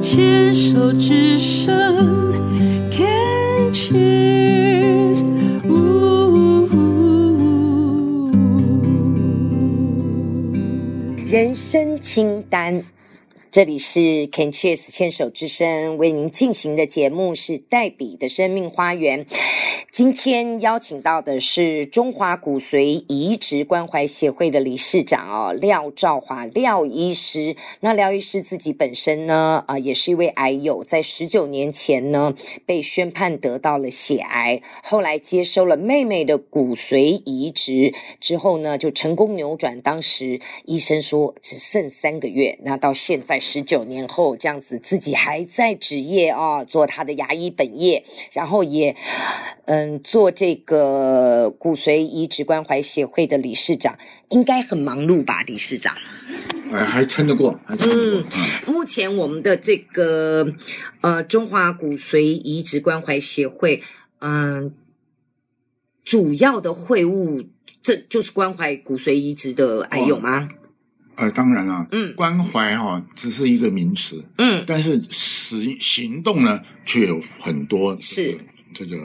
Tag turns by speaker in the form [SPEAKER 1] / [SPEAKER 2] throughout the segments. [SPEAKER 1] 牵手之声，Can cheers。
[SPEAKER 2] 人生清单。这里是 Can Cheers 牵手之声为您进行的节目是黛比的生命花园。今天邀请到的是中华骨髓移植关怀协会的理事长哦，廖兆华廖医师。那廖医师自己本身呢，啊、也是一位癌友，在十九年前呢被宣判得到了血癌，后来接收了妹妹的骨髓移植之后呢，就成功扭转当时医生说只剩三个月，那到现在十九年后这样子，自己还在职业啊、做他的牙医本业，然后也嗯做这个骨髓移植关怀协会的理事长，应该很忙碌吧，理事长。
[SPEAKER 3] 哎，还撑得过，还撑得过。嗯
[SPEAKER 2] 目前我们的这个呃中华骨髓移植关怀协会，嗯、主要的会务，这就是关怀骨髓移植的癌友吗？
[SPEAKER 3] 呃，当然啦、
[SPEAKER 2] 嗯
[SPEAKER 3] 关怀哈、只是一个名词，
[SPEAKER 2] 嗯，
[SPEAKER 3] 但是实行动呢，却有很多这个这个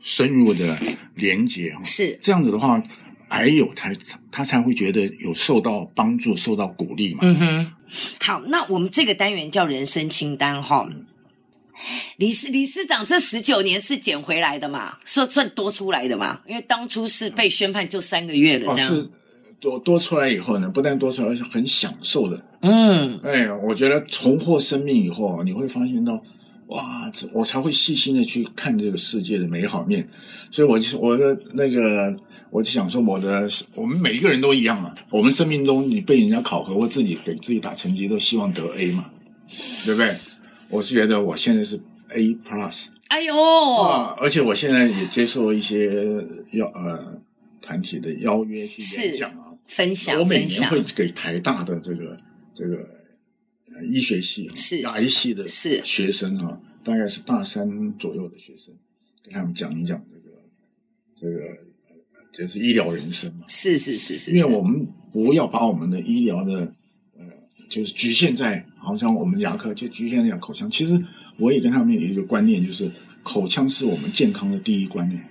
[SPEAKER 3] 深入的连接哈、
[SPEAKER 2] 是，
[SPEAKER 3] 这样子的话，还有才他才会觉得有受到帮助、受到鼓励嘛。
[SPEAKER 2] 嗯哼，好，那我们这个单元叫人生清单哈。理事理事长，这十九年是捡回来的嘛？算算多出来的嘛？因为当初是被宣判就三个月了，
[SPEAKER 3] 哦，
[SPEAKER 2] 这样。
[SPEAKER 3] 是多多出来以后呢，不但多出来，而且很享受的。
[SPEAKER 2] 嗯
[SPEAKER 3] 哎，我觉得重获生命以后啊，你会发现到，哇，这我才会细心的去看这个世界的美好面。所以我就我的那个，我就想说，我的我们每一个人都一样嘛。我们生命中你被人家考核或自己给自己打成绩，都希望得 A 嘛，对不对？我是觉得我现在是 A plus
[SPEAKER 2] 哎呦，
[SPEAKER 3] 啊，而且我现在也接受一些邀呃团体的邀约去演
[SPEAKER 2] 是
[SPEAKER 3] 讲啊，
[SPEAKER 2] 分享
[SPEAKER 3] 我每
[SPEAKER 2] 分
[SPEAKER 3] 年
[SPEAKER 2] 享
[SPEAKER 3] 会给台大的这个这个呃医学系
[SPEAKER 2] 是
[SPEAKER 3] 牙医系的
[SPEAKER 2] 是
[SPEAKER 3] 学生啊，大概是大三左右的学生，给他们讲一讲这个这个呃就是医疗人生嘛，
[SPEAKER 2] 是是是是，
[SPEAKER 3] 因为
[SPEAKER 2] 是
[SPEAKER 3] 我们不要把我们的医疗的呃就是局限在好像我们牙科就局限在口腔，其实我也跟他们有一个观念，就是口腔是我们健康的第一观念。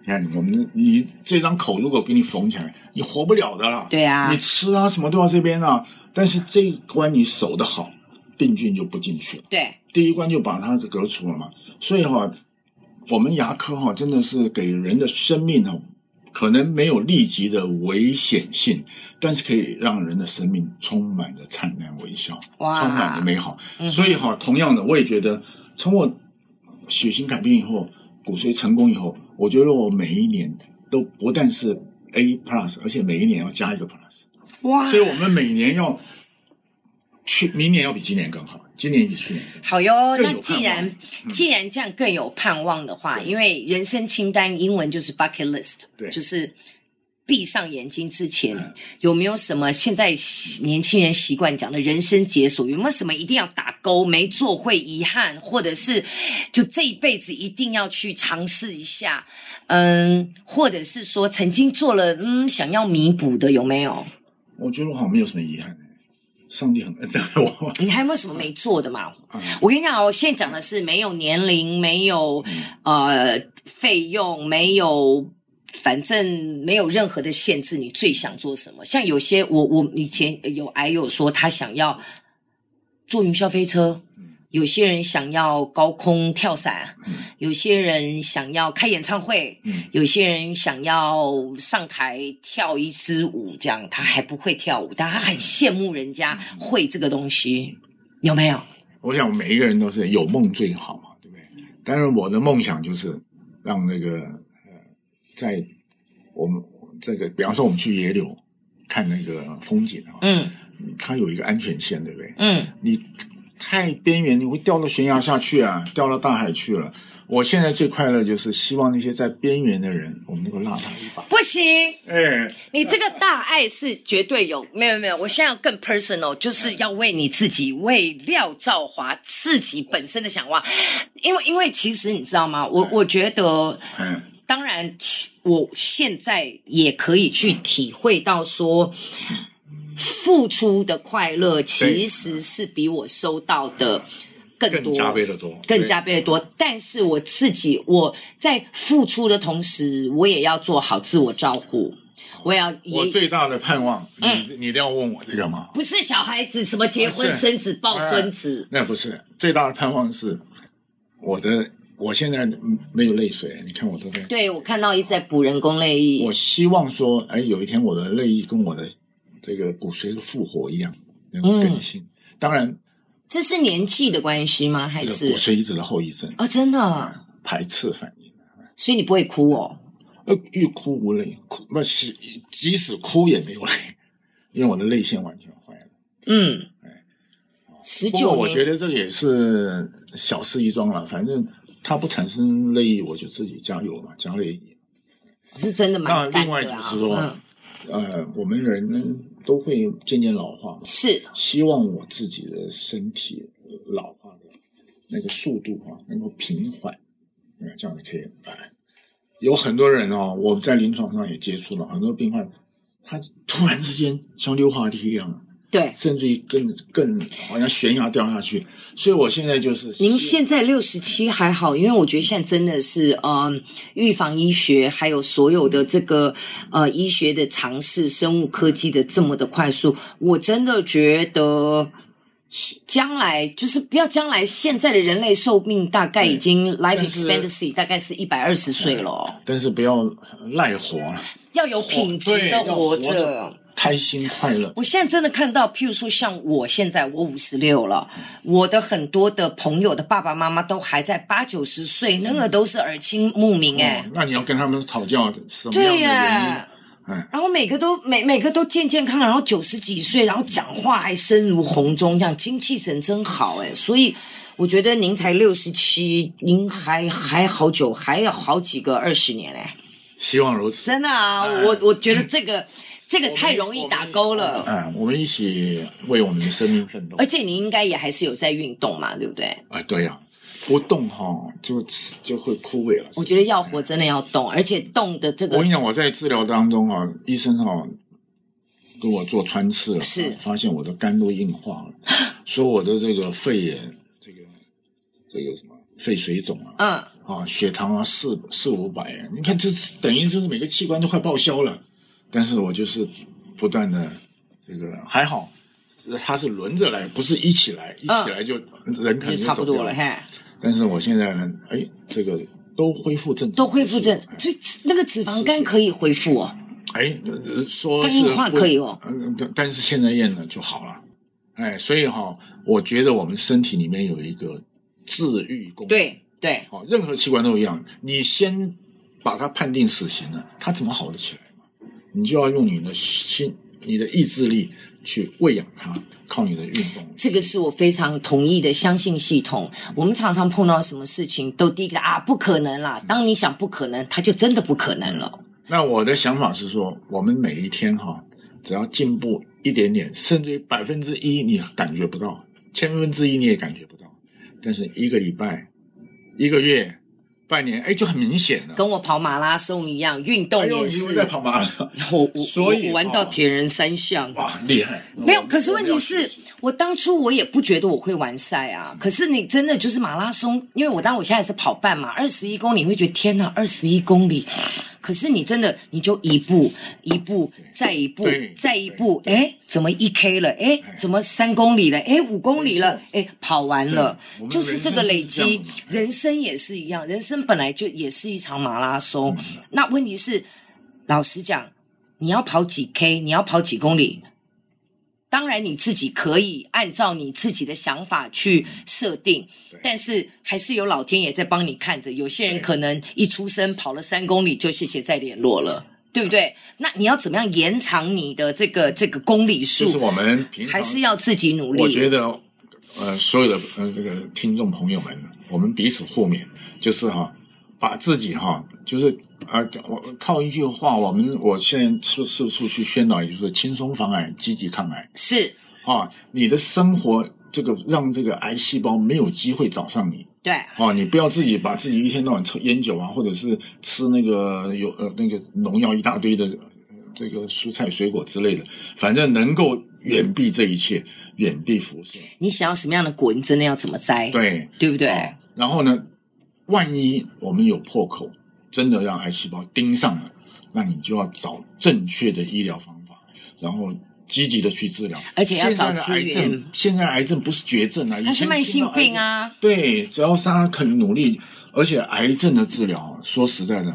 [SPEAKER 3] 你看，我们你这张口如果给你缝起来，你活不了的啦。
[SPEAKER 2] 对啊
[SPEAKER 3] 你，吃啊，什么都要这边啊。但是这一关你守得好，病菌就不进去了。
[SPEAKER 2] 对
[SPEAKER 3] 第一关就把它革除了嘛。所以哈、我们牙科哈、真的是给人的生命哦，可能没有立即的危险性，但是可以让人的生命充满着灿烂微笑，
[SPEAKER 2] 哇
[SPEAKER 3] 充满着美好。
[SPEAKER 2] 嗯
[SPEAKER 3] 所以哈、同样的，我也觉得从我血型改变以后，骨髓成功以后，我觉得我每一年都不但是 A plus，而且每一年要加一个 plus。
[SPEAKER 2] 哇
[SPEAKER 3] 所以我们每年要去，明年要比今年更好，今年比去年更好。
[SPEAKER 2] 好哟，
[SPEAKER 3] 更有
[SPEAKER 2] 那既
[SPEAKER 3] 盼望
[SPEAKER 2] 然
[SPEAKER 3] 嗯
[SPEAKER 2] 既然这样更有盼望的话，因为人生清单英文就是 bucket list，
[SPEAKER 3] 对
[SPEAKER 2] 就是闭上眼睛之前、
[SPEAKER 3] 嗯
[SPEAKER 2] 有没有什么现在年轻人习惯讲的人生解锁，有没有什么一定要打勾，没做会遗憾，或者是就这一辈子一定要去尝试一下，嗯，或者是说曾经做了嗯想要弥补的有没有？
[SPEAKER 3] 我觉得我好像没有什么遗憾呢、上帝很 恩待我。
[SPEAKER 2] 你还有没有什么没做的嘛？
[SPEAKER 3] 啊
[SPEAKER 2] 我跟你讲哦，我现在讲的是没有年龄，没有呃费用，没有，反正没有任何的限制。你最想做什么？像有些我我以前有癌友说他想要坐云霄飞车
[SPEAKER 3] 嗯，
[SPEAKER 2] 有些人想要高空跳伞
[SPEAKER 3] 嗯，
[SPEAKER 2] 有些人想要开演唱会，
[SPEAKER 3] 嗯，
[SPEAKER 2] 有些人想要上台跳一支舞，这样他还不会跳舞，但他很羡慕人家会这个东西，有没有？
[SPEAKER 3] 我想每一个人都是有梦最好嘛，对不对？但是我的梦想就是让那个呃，在我们这个，比方说我们去野柳看那个风景啊，
[SPEAKER 2] 嗯
[SPEAKER 3] 它有一个安全线，对不对？
[SPEAKER 2] 嗯，
[SPEAKER 3] 你太边缘，你会掉到悬崖下去啊，掉到大海去了。我现在最快乐就是希望那些在边缘的人，我们能够拉他一把。
[SPEAKER 2] 不行，
[SPEAKER 3] 哎，
[SPEAKER 2] 你这个大爱是绝对有，没有没有，我现在要更 personal，就是要为你自己，为廖兆华自己本身的想望，因为因为其实你知道吗？我我觉得
[SPEAKER 3] 嗯，
[SPEAKER 2] 当然，其我现在也可以去体会到说，付出的快乐其实是比我收到的更多，
[SPEAKER 3] 更加倍的多，
[SPEAKER 2] 更加倍的多。但是我自己我在付出的同时，我也要做好自我照顾，我也要
[SPEAKER 3] 对。哦我
[SPEAKER 2] 也
[SPEAKER 3] 最大的盼望，
[SPEAKER 2] 嗯
[SPEAKER 3] 你你一定要问我这个吗？
[SPEAKER 2] 不是小孩子什么结婚
[SPEAKER 3] 不是
[SPEAKER 2] 生子抱孙子，
[SPEAKER 3] 那不是最大的盼望是，我的我现在没有泪水，你看我都在。
[SPEAKER 2] 对我看到一直在补人工泪
[SPEAKER 3] 我
[SPEAKER 2] 液，
[SPEAKER 3] 希望说，哎，有一天我的泪液跟我的这个骨髓的复活一样，能
[SPEAKER 2] 嗯
[SPEAKER 3] 够更新。当然，
[SPEAKER 2] 这是年纪的关系吗？还
[SPEAKER 3] 这
[SPEAKER 2] 是
[SPEAKER 3] 个骨髓移植的后遗症，啊
[SPEAKER 2] 哦，真的，
[SPEAKER 3] 排斥反应。
[SPEAKER 2] 所以你不会哭哦。
[SPEAKER 3] 呃，欲哭无泪，哭不是，即使哭也没有泪，因为我的泪腺完全坏了。
[SPEAKER 2] 嗯，十
[SPEAKER 3] 不过
[SPEAKER 2] 九，
[SPEAKER 3] 我觉得这个也是小事一桩了，反正它不产生泪液，我就自己加油嘛，加泪液。
[SPEAKER 2] 是真的蛮
[SPEAKER 3] 那
[SPEAKER 2] 感
[SPEAKER 3] 另外
[SPEAKER 2] 的
[SPEAKER 3] 就
[SPEAKER 2] 啊。
[SPEAKER 3] 是说
[SPEAKER 2] 嗯，
[SPEAKER 3] 呃，我们人都会渐渐老化嘛，
[SPEAKER 2] 是
[SPEAKER 3] 希望我自己的身体呃老化的那个速度啊，能够平缓，嗯，这样就可以哎，有很多人哦，我们在临床上也接触了很多病患，他突然之间像溜滑梯一样，
[SPEAKER 2] 对。
[SPEAKER 3] 甚至于更更好像悬崖掉下去。所以我现在就是
[SPEAKER 2] 您
[SPEAKER 3] 希
[SPEAKER 2] 现在六十七还好，因为我觉得现在真的是，嗯，预防医学还有所有的这个呃医学的尝试、生物科技的这么的快速，我真的觉得将来就是不要将来，现在的人类寿命大概已经 life
[SPEAKER 3] 但是
[SPEAKER 2] expectancy 大概是一百二十岁了哦，
[SPEAKER 3] 但是不要赖活了，
[SPEAKER 2] 要有品质的
[SPEAKER 3] 对要
[SPEAKER 2] 活
[SPEAKER 3] 活
[SPEAKER 2] 着
[SPEAKER 3] 得。开心快乐。
[SPEAKER 2] 我现在真的看到，譬如说像我现在我五十六了，我的很多的朋友的爸爸妈妈都还在八九十岁，那个都是耳清目明哎、
[SPEAKER 3] 哦那你要跟他们讨教什么样的
[SPEAKER 2] 对
[SPEAKER 3] 原因
[SPEAKER 2] 呀？。
[SPEAKER 3] 哎，
[SPEAKER 2] 然后每个都每每个都健健康，然后九十几岁，然后讲话还声如洪钟，这样精气神真好哎、所以我觉得您才六十七，您还还好久，还有好几个二十年哎、
[SPEAKER 3] 希望如此。
[SPEAKER 2] 真的啊，
[SPEAKER 3] 哎
[SPEAKER 2] 我我觉得这个这个
[SPEAKER 3] 我们
[SPEAKER 2] 太容易打勾了。
[SPEAKER 3] 哎，我们一起为我们的生命奋斗。
[SPEAKER 2] 而且你应该也还是有在运动嘛，对不对？
[SPEAKER 3] 啊，对呀、不动哈、就就会枯萎了。
[SPEAKER 2] 我觉得要活真的要动，而且动的这
[SPEAKER 3] 我
[SPEAKER 2] 个
[SPEAKER 3] 跟你讲，我在治疗当中啊，医生哈、给我做穿刺了，
[SPEAKER 2] 是
[SPEAKER 3] 发现我的肝都硬化 了，说我的这个肺也这个这个什么肺水肿啊，
[SPEAKER 2] 嗯，
[SPEAKER 3] 啊血糖啊四四五百啊，你看这等于就是每个器官都快报销了，但是我就是不断的这个还好。它是轮着来，不是一起来，一起来就、人肯
[SPEAKER 2] 就
[SPEAKER 3] 定
[SPEAKER 2] 嗯差不
[SPEAKER 3] 走掉
[SPEAKER 2] 多了嘿，
[SPEAKER 3] 但是我现在呢，哎，这个都恢复正常，
[SPEAKER 2] 都恢复正，所以那个脂肪肝可以恢复哦。
[SPEAKER 3] 哎，呃说
[SPEAKER 2] 肝
[SPEAKER 3] 是
[SPEAKER 2] 硬化
[SPEAKER 3] 不
[SPEAKER 2] 可以哦
[SPEAKER 3] 嗯但但是现在验了就好了，哎，所以哈、我觉得我们身体里面有一个治愈功能，，
[SPEAKER 2] 对对，
[SPEAKER 3] 哦，任何器官都一样，你先把它判定死刑了，它怎么好得起来嘛？你就要用你的心、你的意志力去喂养它，靠你的运动。
[SPEAKER 2] 这个是我非常同意的，相信系统。我们常常碰到什么事情，都第一个啊不可能
[SPEAKER 3] 嗯
[SPEAKER 2] 啦。当你想不可能，它就真的不可能了。
[SPEAKER 3] 那我的想法是说，我们每一天哈、只要进步一点点，甚至于百分之一你感觉不到，千分之一你也感觉不到，但是一个礼拜、一个月、半年，哎，就很明显了。
[SPEAKER 2] 跟我跑马拉松一样，运动
[SPEAKER 3] 哎呦，
[SPEAKER 2] 也
[SPEAKER 3] 你又
[SPEAKER 2] 是。
[SPEAKER 3] 在跑马了，
[SPEAKER 2] 我我
[SPEAKER 3] 所以
[SPEAKER 2] 我玩
[SPEAKER 3] 哦
[SPEAKER 2] 到铁人三项。
[SPEAKER 3] 哇，厉害！
[SPEAKER 2] 没有，
[SPEAKER 3] 我
[SPEAKER 2] 可是
[SPEAKER 3] 我
[SPEAKER 2] 问
[SPEAKER 3] 们要
[SPEAKER 2] 题是
[SPEAKER 3] 学习
[SPEAKER 2] 我当初我也不觉得我会完赛啊。可是你真的就是马拉松，因为我当我现在是跑半马，二十一公里，你会觉得天哪，二十一公里。可是你真的你就一步一步再一步
[SPEAKER 3] 对
[SPEAKER 2] 再一步，哎，怎么一 k 了？哎，怎么三公里了？哎，五公里了？哎，跑完了
[SPEAKER 3] 对我，们
[SPEAKER 2] 就是这个累积
[SPEAKER 3] 人生
[SPEAKER 2] 人生也
[SPEAKER 3] 就是这样。的
[SPEAKER 2] 是一样，人生本来就也是一场马拉松。
[SPEAKER 3] 嗯
[SPEAKER 2] 那问题是，老实讲，你要跑几 K，你要跑几公里？当然，你自己可以按照你自己的想法去设定，但是还是有老天爷在帮你看着。有些人
[SPEAKER 3] 对
[SPEAKER 2] 可能一出生跑了三公里就谢谢再联络了，对不对？那你要怎么样延长你的这个这个公里
[SPEAKER 3] 就是
[SPEAKER 2] 数？
[SPEAKER 3] 我们平常
[SPEAKER 2] 还是要自己努力。
[SPEAKER 3] 我觉得，呃，所有的呃这个听众朋友们，我们彼此互勉，就是哈、把自己哈、就是呃，我套一句话，我们我现在是四处去宣导，也就是轻松防癌，积极抗癌
[SPEAKER 2] 是
[SPEAKER 3] 啊。你的生活这个让这个癌细胞没有机会找上你
[SPEAKER 2] 对，
[SPEAKER 3] 啊，你不要自己把自己一天到晚抽烟酒啊，或者是吃那个有呃那个农药一大堆的。呃这个蔬菜水果之类的，反正能够远避这一切，远避辐射。
[SPEAKER 2] 你想要什么样的果，你真的要怎么栽，
[SPEAKER 3] 对
[SPEAKER 2] 对不对？
[SPEAKER 3] 哦然后呢，万一我们有破口，真的让癌细胞盯上了，那你就要找正确的医疗方法，然后积极的去治疗。
[SPEAKER 2] 而且要找
[SPEAKER 3] 现在的癌
[SPEAKER 2] 资源
[SPEAKER 3] 症，现在的癌症不是绝症啊，
[SPEAKER 2] 它是
[SPEAKER 3] 以前
[SPEAKER 2] 慢性病
[SPEAKER 3] 听到癌症。
[SPEAKER 2] 啊，
[SPEAKER 3] 对，只要他肯努力，而且癌症的治疗，说实在的，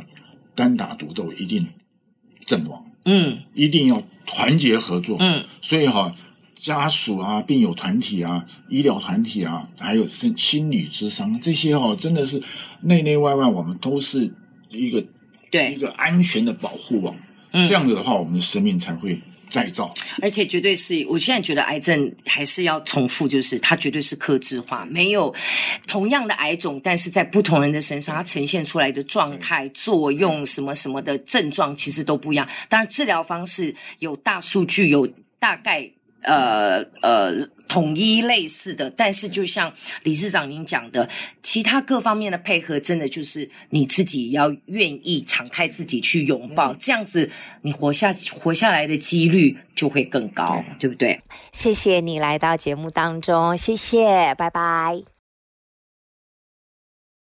[SPEAKER 3] 单打独斗一定阵亡，
[SPEAKER 2] 嗯
[SPEAKER 3] 一定要团结合作。
[SPEAKER 2] 嗯，
[SPEAKER 3] 所以哈、家属啊、病友团体啊、医疗团体啊，还有心心理智商这些哦，真的是内内外外，我们都是一个一
[SPEAKER 2] 对，
[SPEAKER 3] 个安全的保护网。
[SPEAKER 2] 嗯
[SPEAKER 3] 这样子的话，我们的生命才会再造。
[SPEAKER 2] 而且绝对是，我现在觉得癌症还是要重复，就是它绝对是克制化，没有同样的癌种，但是在不同人的身上，它呈现出来的状态、作用什么什么的症状其实都不一样。当然，治疗方式有大数据，有大概呃呃统一类似的，但是就像理事长您讲的，其他各方面的配合，真的就是你自己要愿意敞开自己去拥抱，这样子你活下活下来的几率就会更高，对不对？
[SPEAKER 4] 谢谢你来到节目当中，谢谢，拜拜。